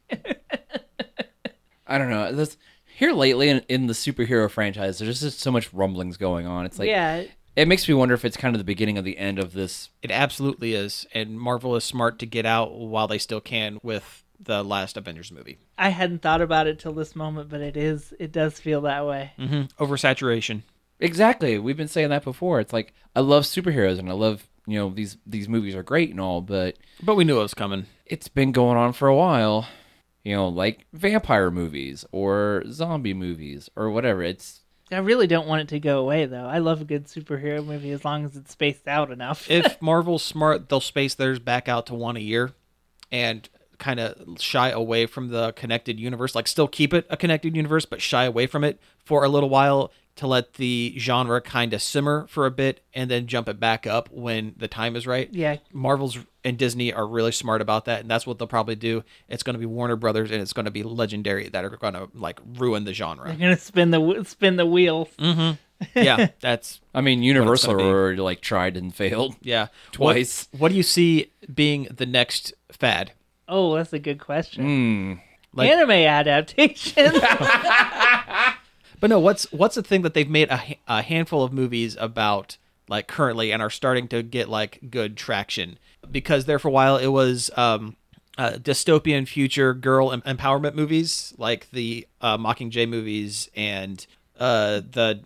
I don't know. This here lately in, in the superhero franchise, there's just so much rumblings going on. It's like
yeah,
it makes me wonder if it's kind of the beginning of the end of this.
It absolutely is, and Marvel is smart to get out while they still can with the last Avengers movie.
I hadn't thought about it till this moment, but it is it does feel that way.
Mm. Oversaturation.
Exactly. We've been saying that before. It's like I love superheroes and I love, you know, these these movies are great and all, but
But we knew it was coming.
it's been going on for a while. You know, like vampire movies or zombie movies or whatever. It's
I really don't want it to go away though. I love a good superhero movie as long as it's spaced out enough.
If Marvel's smart, they'll space theirs back out to one a year, and kind of shy away from the connected universe. Like, still keep it a connected universe, but shy away from it for a little while to let the genre kind of simmer for a bit, and then jump it back up when the time is right.
yeah,
Marvel's and Disney are really smart about that, and that's what they'll probably do. It's going to be Warner Brothers, and it's going to be Legendary that are going to like ruin the genre.
I'm gonna spin the w- spin the wheel.
Mm.
yeah, that's
I mean, Universal
gonna be.
already like tried and failed.
yeah.
Twice.
What, what do you see being the next fad?
Oh, that's a good question.
Mm.
like-
Anime adaptation.
But no, what's what's the thing that they've made a, ha- a handful of movies about like currently and are starting to get like good traction because there for a while it was um uh, dystopian future girl em- empowerment movies like the uh, Mockingjay movies and uh the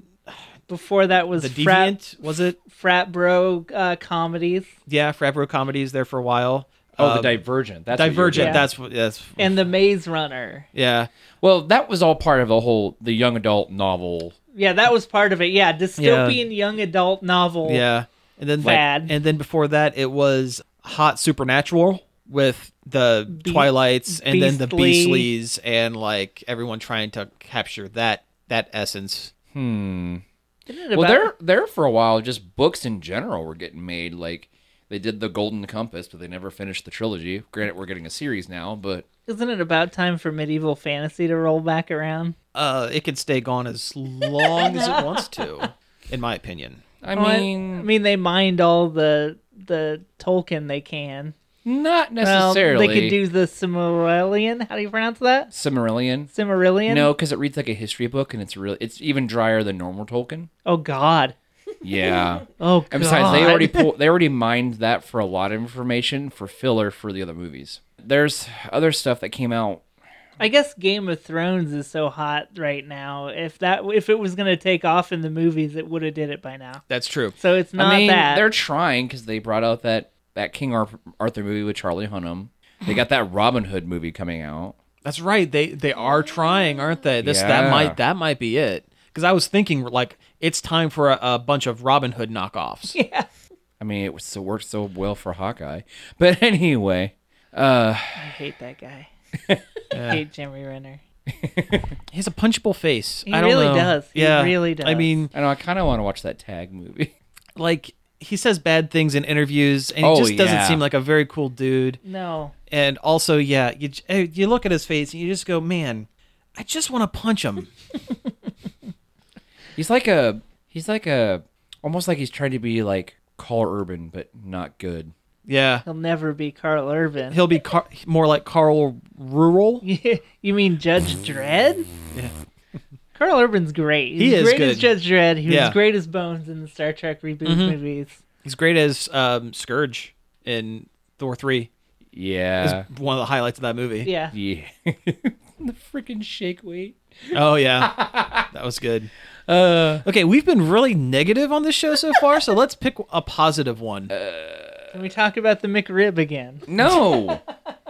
Before that was
the
frat,
Deviant was it
frat bro uh, comedies
yeah, Favreau comedies there for a while.
Oh,
Um,
the Divergent. That's what you were
Divergent.
doing.
That's what. That's
and the Maze Runner.
yeah.
Well, that was all part of the whole the young adult novel.
Yeah, that was part of it. Yeah, dystopian young adult novel.
Yeah. And then
Bad.
and then before that it was Hot Supernatural with the Twilights and then the
Beastly.
Beastlies and like everyone trying to capture that that essence.
Isn't it
Well,
about-
there there for a while, just books in general were getting made. Like they did the Golden Compass, but they never finished the trilogy. Granted, we're getting a series now, but
isn't it about time for medieval fantasy to roll back around?
Uh it can stay gone as long as it wants to, in my opinion.
I
Well,
mean,
I mean, they mined all the the Tolkien they can.
not
Well,
necessarily.
they could do the Cimmerillion. How do you pronounce that?
Cimmerillion.
Cimmerillion.
No, because it reads like a history book, and it's really it's even drier than normal Tolkien.
Oh God.
Yeah.
Oh God.
And besides, they already pull, they already mined that for a lot of information for filler for the other movies. There's other stuff that came out.
I guess Game of Thrones is so hot right now. If that if it was gonna take off in the movies, it would have did it by now.
That's true.
So it's not
I mean,
that.
they're trying because they brought out that that King Ar- Arthur movie with Charlie Hunnam. They got that Robin Hood movie coming out.
That's right. They they are trying, aren't they? This
Yeah.
that might that might be it. Because I was thinking like it's time for a, a bunch of Robin Hood knockoffs.
I mean, it was so worked so well for Hawkeye. But anyway, uh,
I hate that guy. I hate Jeremy Renner.
He has a punchable face.
He
I don't
really
know.
does. He
yeah.
really does.
I mean,
I know I kind of want to watch that Tag movie.
like he says bad things in interviews, and
Oh,
he just doesn't
yeah.
seem like a very cool dude.
No.
And also, yeah, you j- eh, you look at his face, and you just go, man, I just want to punch him.
He's like a he's like a almost like he's trying to be like Carl Urban, but not good.
Yeah.
He'll never be Carl Urban.
He'll be car- more like Carl Rural.
you mean Judge Dredd? Yeah. Carl Urban's great. He's
He is
great
good.
as Judge Dredd. He
Yeah.
was great as Bones in the Star Trek reboot movies.
He's great as um, Scourge in Thor 3. It's
Yeah.
one of the highlights of that movie.
Yeah.
Yeah. the freaking shake weight.
Oh yeah, that was good.
Uh.
okay, we've been really negative on this show so far, so let's pick a positive one.
Uh,
Can we talk about the McRib again?
No.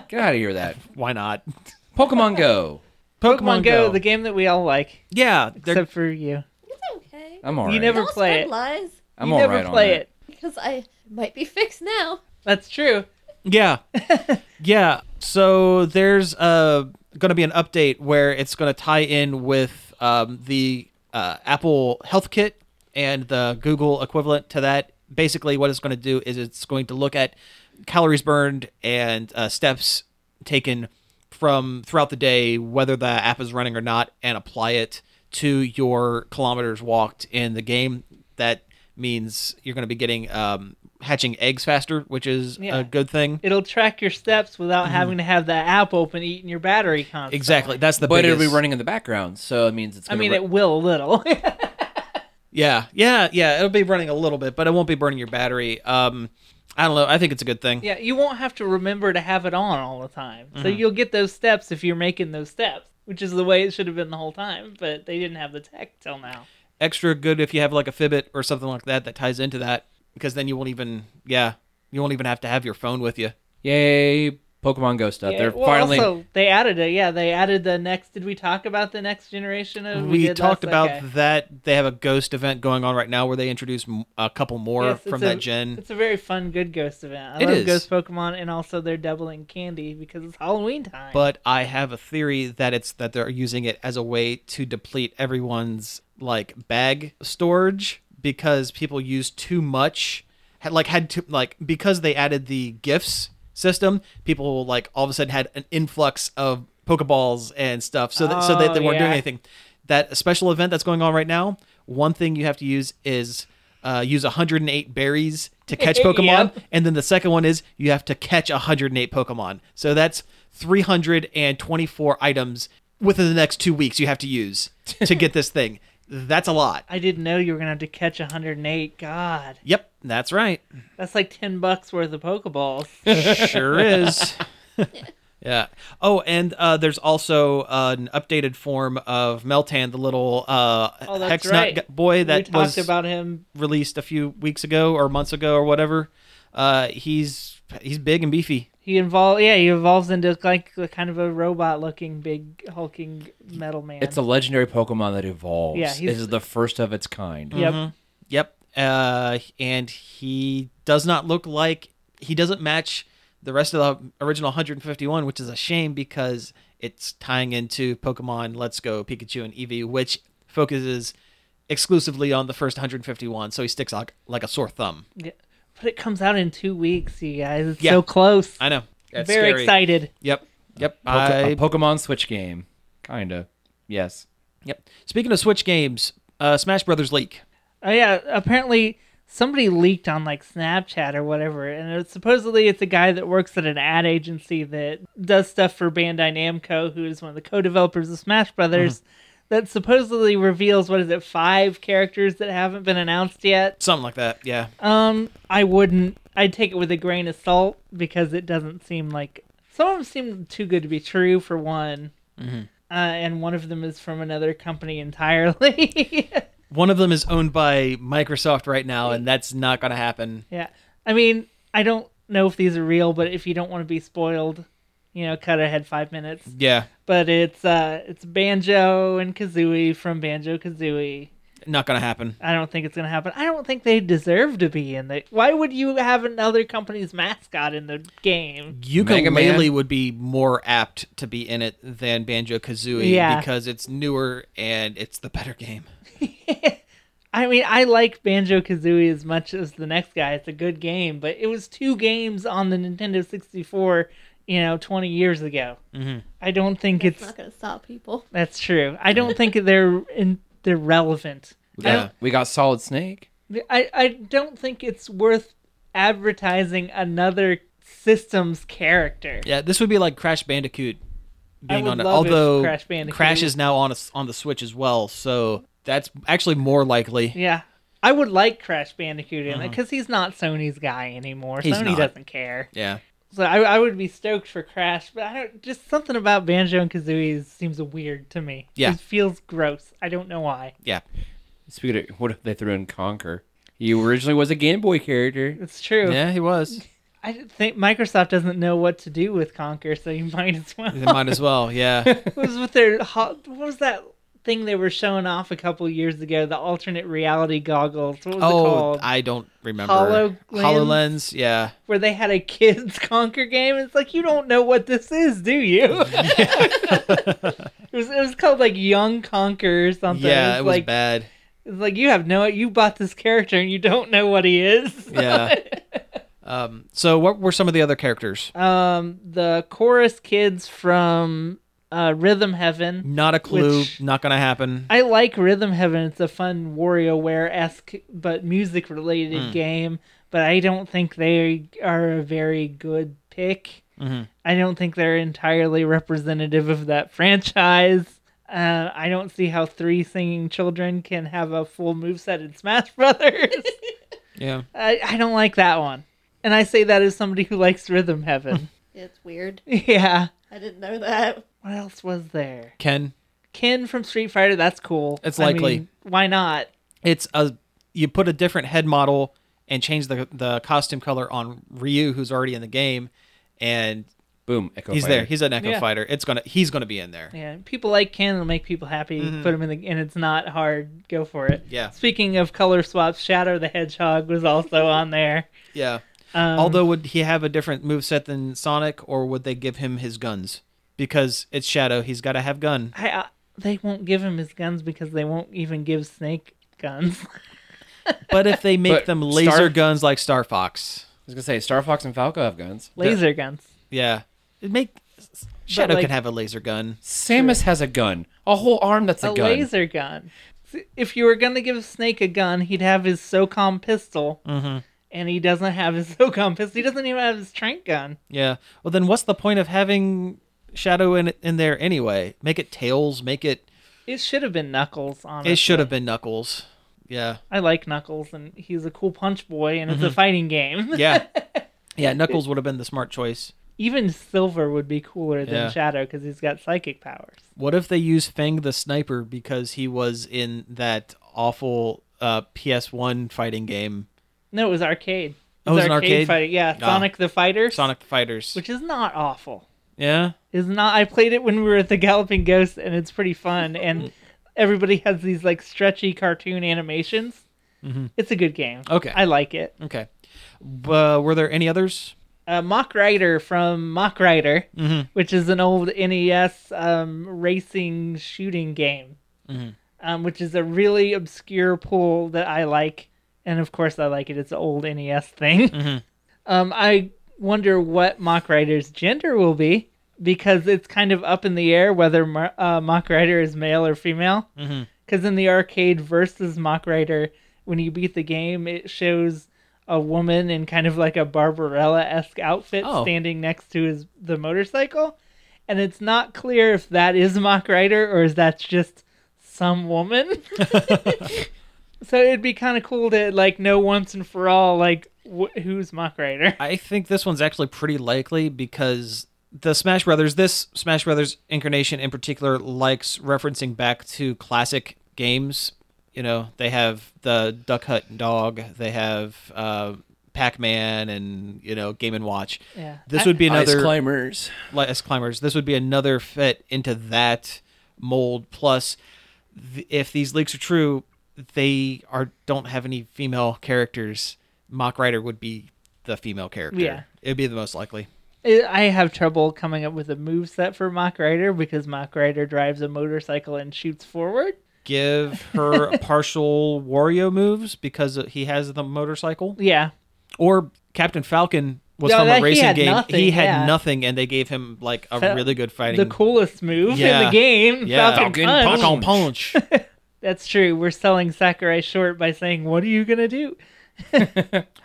Get out of here with that.
Why not?
Pokemon Go.
Pokemon Go, the game that we all like,
Yeah, they're-
except for you.
It's okay.
I'm all right.
You never
Don't
play
spread
it.
lies
I'm
you
all
never
right on
play
that.
it.
because I might be fixed now.
That's true.
yeah, yeah. So there's uh going to be an update where it's going to tie in with um, the uh, Apple Health Kit and the Google equivalent to that. Basically, what it's going to do is it's going to look at calories burned and uh, steps taken from throughout the day, whether the app is running or not, and apply it to your kilometers walked in the game. That means you're going to be getting um, hatching eggs faster, which is
Yeah.
a good thing.
It'll track your steps without having to have the app open eating your battery constantly.
Mm-hmm. Exactly. That's the
But
biggest.
it'll be running in the background, so it means it's
I
gonna
mean,
ru-
it will a little.
Yeah, yeah, yeah. It'll be running a little bit, but it won't be burning your battery. Um, I don't know. I think it's a good thing.
yeah, you won't have to remember to have it on all the time. So
Mm-hmm.
you'll get those steps if you're making those steps, which is the way it should have been the whole time, but they didn't have the tech till now.
Extra good if you have like a Fitbit or something like that that ties into that, because then you won't even. Yeah, you won't even have to have your phone with you.
Yay, Pokemon Go stuff. They're
well,
finally
also, they added it. Yeah, they added the next. Did we talk about the next generation of?
we
did
talked
last-
about
Oh, okay.
that. They have a ghost event going on right now where they introduce m- a couple more
Yes, it's
from
a-
that gen.
It's a very fun, good ghost event. I
It
love
is.
ghost Pokemon, and also they're doubling candy because it's Halloween time.
But I have a theory that it's that they're using it as a way to deplete everyone's like bag storage because people use too much. Had like had to like because they added the gifts system, people like all of a sudden had an influx of Pokeballs and stuff. So that, so that they
Oh,
weren't doing
yeah.
anything. That special event that's going on right now, one thing you have to use is uh, use 108 berries to catch Pokemon, and then the second one is you have to catch 108 Pokemon. So that's 324 items within the next two weeks you have to use to get this thing. That's a lot.
I didn't know you were gonna have to catch 108. God,
Yep, that's right.
that's like 10 bucks worth of Pokeballs.
Sure is. yeah. Oh, and uh, there's also an updated form of Meltan, the little uh,
Oh, that's
hex nut
right.
gu- boy that
we
was
talked about him.
released a few weeks ago or months ago or whatever. Uh, he's he's big and beefy.
He involved. Yeah, he evolves into like a kind of a robot-looking, big, hulking metal man.
it's a legendary Pokemon that evolves.
Yeah, he's-
this is the first of its kind.
yep.
Mm-hmm. Yep. Uh, and he does not look like he doesn't match the rest of the original 151, which is a shame because it's tying into Pokemon Let's Go Pikachu and Eevee, which focuses exclusively on the first 151. So he sticks out like a sore thumb.
Yeah. But it comes out in two weeks, you guys. It's
Yeah.
so close.
I know. That's
Very
scary.
excited.
Yep. Yep.
Poke-
I-
a Pokemon Switch game, kinda. Yes.
yep. Speaking of Switch games, uh, Smash Brothers leak.
Oh yeah, apparently somebody leaked on like Snapchat or whatever, and it's supposedly it's a guy that works at an ad agency that does stuff for Bandai Namco, who is one of the co-developers of Smash Brothers. That supposedly reveals what is it five characters that haven't been announced yet.
Something like that. Yeah.
Um, I wouldn't. I'd take it with a grain of salt because it doesn't seem like some of them seem too good to be true for one, uh, and one of them is from another company entirely.
One of them is owned by Microsoft right now, and that's not going to happen.
Yeah. I mean, I don't know if these are real, but if you don't want to be spoiled, you know, cut ahead five minutes.
Yeah,
But it's uh it's Banjo and Kazooie from Banjo Kazooie.
not going to happen.
I don't think it's gonna happen. I don't think they deserve to be in the why would you have another company's mascot in the game?
Ukulele would be more apt to be in it than Banjo Kazooie
Yeah.
because it's newer and it's the better game.
I mean, I like Banjo Kazooie as much as the next guy. It's a good game, but it was two games on the Nintendo 64, you know, 20 years ago. Mm-hmm. I don't think
It's
it's
not gonna stop people.
That's true. I don't think they're in, they're relevant.
We
Yeah.
got, we got Solid Snake.
I, I don't think it's worth advertising another system's character.
Yeah, this would be like Crash Bandicoot being
would
on it.
love if
Although
Crash Bandicoot-
Crash is now on a, on the Switch as well, so that's actually more likely.
Yeah. I would like Crash Bandicoot in it because he's not Sony's guy anymore.
Uh-huh. He's
Sony
not.
doesn't care.
Yeah.
So I, I would be stoked for Crash, but I don't. Just something about Banjo and Kazooie seems weird to me.
Yeah.
it feels gross. I don't know why.
Yeah.
Speaking of, what if they threw in Conquer? He originally was a Game Boy character.
It's true.
Yeah, he was.
I think Microsoft doesn't know what to do with Conquer, so you might as well.
They might as well. Yeah.
it was with their ho- what was that thing they were showing off a couple years ago? The alternate reality goggles. What was it
Oh,
called?
I don't remember.
Hololens?
HoloLens, yeah.
Where they had a kids Conquer game. It's like you don't know what this is, do you? it was it was called like Young Conquer or something.
Yeah,
It's
it was
like,
bad.
It's like you have no you bought this character and you don't know what he is.
Yeah. um, so what were some of the other characters?
um the chorus kids from uh Rhythm Heaven.
Not a clue.
Which-
Not gonna happen.
I like Rhythm Heaven. It's a fun WarioWare esque but music related
Hmm.
game, but I don't think they are a very good pick.
Mm-hmm.
I don't think they're entirely representative of that franchise. Uh, I don't see how three singing children can have a full moveset in Smash Brothers.
yeah.
I, I don't like that one. And I say that as somebody who likes Rhythm Heaven.
It's weird.
yeah.
I didn't know that.
What else was there?
Ken.
Ken from Street Fighter, that's cool.
It's
I
likely.
mean, why not?
It's a you put a different head model and change the the costume color on Ryu, who's already in the game, and
Boom, Echo
he's
Fighter.
there. He's an Echo
Yeah.
Fighter. It's gonna he's gonna be in there.
Yeah, people like Ken will make people happy. Put him in the, and it's not hard. Go for it.
Yeah.
Speaking of color swaps, Shadow the Hedgehog was also on there.
Yeah.
Um,
Although would he have a different moveset than Sonic, or would they give him his guns? Because it's Shadow, he's got to have gun.
I, I, they won't give him his guns because they won't even give Snake guns.
But if they make
But
them laser
Star-
guns like Star Fox,
I was gonna say Star Fox and Falco have guns.
Laser guns.
yeah, It'd make Shadow
like-
can have a laser gun.
Samus has a gun. A whole arm that's a,
a
gun.
laser gun. If you were gonna give Snake a gun, he'd have his SOCOM pistol, and he doesn't have his SOCOM pistol. He doesn't even have his trank gun.
Yeah. Well, then what's the point of having Shadow in in there anyway? Make it Tails. Make it.
It should have been Knuckles. Honestly,
It should have been Knuckles. Yeah.
I like Knuckles, and he's a cool punch boy, and it's a fighting game.
Yeah. yeah. Knuckles would have been the smart choice.
Even Silver would be cooler than
Yeah.
Shadow because he's got psychic powers.
What if they use Fang the Sniper because he was in that awful uh, PS1 fighting game,
No, it was arcade.
Oh, it was an arcade?
fighter. Yeah,
Ah.
Sonic the Fighter.
Sonic the Fighters?
which is not awful.
Yeah.
is not I played it when we were at the Galloping Ghost and it's pretty fun and
Mm-hmm.
everybody has these like stretchy cartoon animations. It's a good game.
Mm-hmm. Okay.
I like it.
Okay. Uh, were there any others?
Uh, Mock Rider from Mock Rider,
Mm-hmm.
which is an old NES um, racing shooting game,
Mm-hmm.
um, which is a really obscure pull that I like. And of course, I like it. It's an old NES thing. Um, I wonder what Mock Rider's gender will be because it's kind of up in the air whether Mar- uh, Mock Rider is male or female. Because in the arcade versus Mock Rider, when you beat the game, it shows a woman in kind of like a Barbarella esque outfit
Oh.
standing next to his the motorcycle, and it's not clear if that is Mock Rider or is that just some woman. so it'd be kind of cool to like know once and for all like wh- who's Mock Rider.
I think this one's actually pretty likely because the Smash Brothers, this Smash Brothers incarnation in particular, likes referencing back to classic games. You know, they have the Duck Hunt Dog, they have uh, Pac Man, and you know Game and Watch.
Yeah.
This would be
Ice
another
climbers.
like ice climbers. This would be another fit into that mold. Plus, th- if these leaks are true, they are don't have any female characters. Mock Rider would be the female character.
Yeah.
it'd be the most likely.
I I have trouble coming up with a move set for Mock Rider because Mock Rider drives a motorcycle and shoots forward.
Give her a partial Wario moves because he has the motorcycle.
Yeah,
Or Captain Falcon was
No,
from
that-
a
he
racing
had
game.
nothing,
he had
yeah.
nothing, and they gave him like a
Fal-
really good fighting.
the coolest move in
Yeah.
the game.
Yeah.
Falcon
Falcon
Punch.
Falcon punch.
That's true. We're selling Sakurai short by saying, "What are you gonna do?"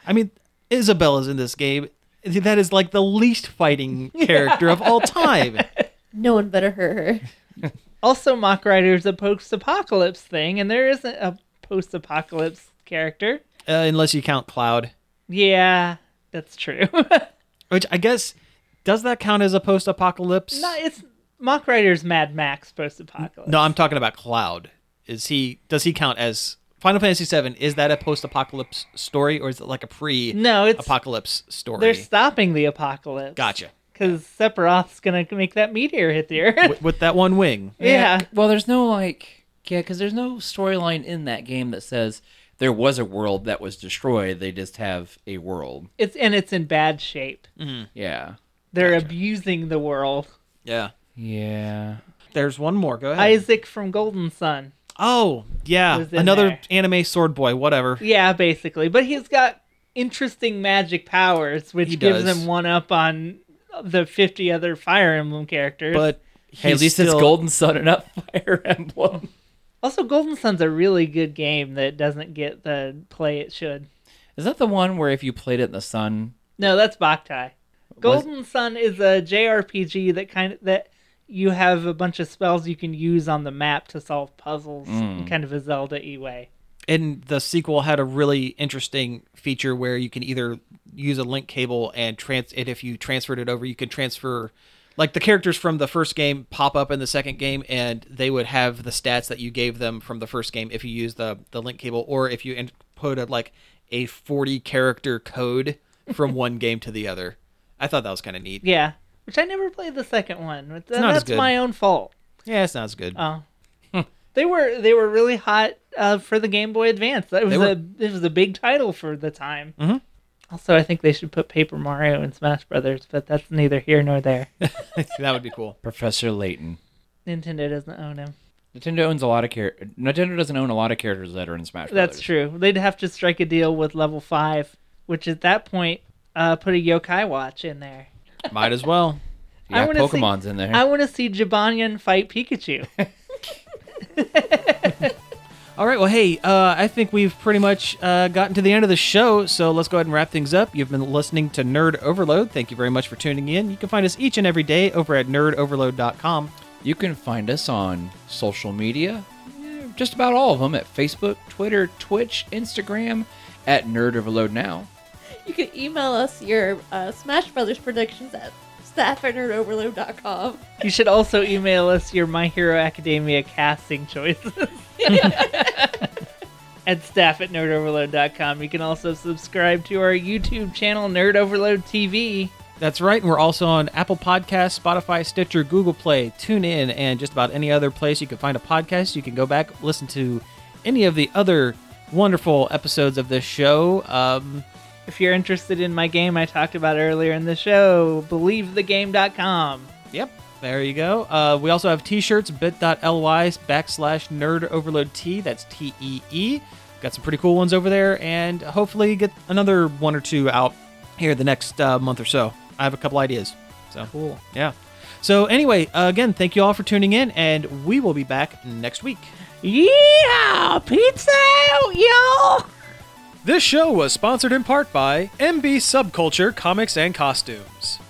I mean, Isabella's in this game. That is like the least fighting character of all time. uh,
No one better hurt her.
Also, Mock Rider's a post-apocalypse thing, and there isn't a post-apocalypse character.
Uh, unless you count Cloud,
Yeah, that's true.
which I guess does that count as a post-apocalypse?
no, it's Mock Rider's Mad Max post-apocalypse.
No, I'm talking about Cloud. Is he? Does he count as Final Fantasy VII? Is that a post-apocalypse story, or is it like a
no, it's
pre-apocalypse story?
they're stopping the apocalypse.
Gotcha.
Because Sephiroth's gonna make that meteor hit the earth.
With, with that one wing,
yeah.
Well, there's no like, yeah, because there's no storyline in that game that says there was a world that was destroyed. They just have a world.
it's and it's in bad shape.
Mm,
Yeah.
They're abusing the world.
yeah.
Yeah.
There's one more. Go ahead.
Isaac from Golden Sun.
oh yeah,
Was in
another
there.
anime sword boy. Whatever.
Yeah, basically. But he's got interesting magic powers, which
He
gives
does.
him one up on the 50 other Fire Emblem characters.
But
Hey, at
he's
least it's
still-
Golden Sun and not Fire Emblem.
also, Golden Sun's a really good game that doesn't get the play it should.
Is that the one where if you played it in the sun?
No, that's Boktai. Golden Sun is a JRPG that kind of that you have a bunch of spells you can use on the map to solve puzzles
Hmm.
in kind of a Zelda y way.
and the sequel had a really interesting feature where you can either use a link cable and trans and if you transferred it over you could transfer like the characters from the first game pop up in the second game and they would have the stats that you gave them from the first game if you use the the link cable or if you input a, like a 40 character code from one game to the other i thought that was kind of neat
Yeah. Which I never played the second one. But
not as
that's
good.
my own fault.
yeah it sounds good
Oh. they were they were really hot uh, for the Game Boy Advance. That was
They were.
a it was a big title for the time. Mm-hmm. Also, I think they should put Paper Mario in Smash Brothers, but that's neither here nor there.
that would be cool
Professor Layton.
Nintendo doesn't own him.
Nintendo owns a lot of char- Nintendo doesn't own a lot of characters that are in Smash.
That's true. They'd have to strike a deal with Level Five, which at that point uh, put a Yokai Watch in there.
might as well
Yeah,
I wanna see-
Pokemon's in there.
I want to see Jibanyan fight Pikachu.
All right. Well, hey, uh, I think we've pretty much uh, gotten to the end of the show, so let's go ahead and wrap things up. You've been listening to Nerd Overload. Thank you very much for tuning in. You can find us each and every day over at nerdoverload.com.
You can find us on social media, eh, just about all of them at Facebook, Twitter, Twitch, Instagram, at Nerd Overload Now.
You can email us your uh, Smash Brothers predictions at staff at nerdoverload.com.
you should also email us your My Hero Academia casting choices. at staff at nerdoverload.com. You can also subscribe to our YouTube channel, Nerd Overload TV.
That's right. And we're also on Apple Podcasts, Spotify, Stitcher, Google Play, TuneIn, and just about any other place you can find a podcast. You can go back, listen to any of the other wonderful episodes of this show. Um,
If you're interested in my game I talked about earlier in the show, believethegame.com.
Yep. There you go. Uh, we also have t-shirts, bit.ly backslash nerd overload T. That's T-E-E. Got some pretty cool ones over there, and hopefully get another one or two out here the next uh, month or so. I have a couple ideas. So cool. Yeah. So anyway, uh, again, thank you all for tuning in, and we will be back next week.
Yeah! Pizza out, y'all!
This show was sponsored in part by MB Subculture Comics and Costumes.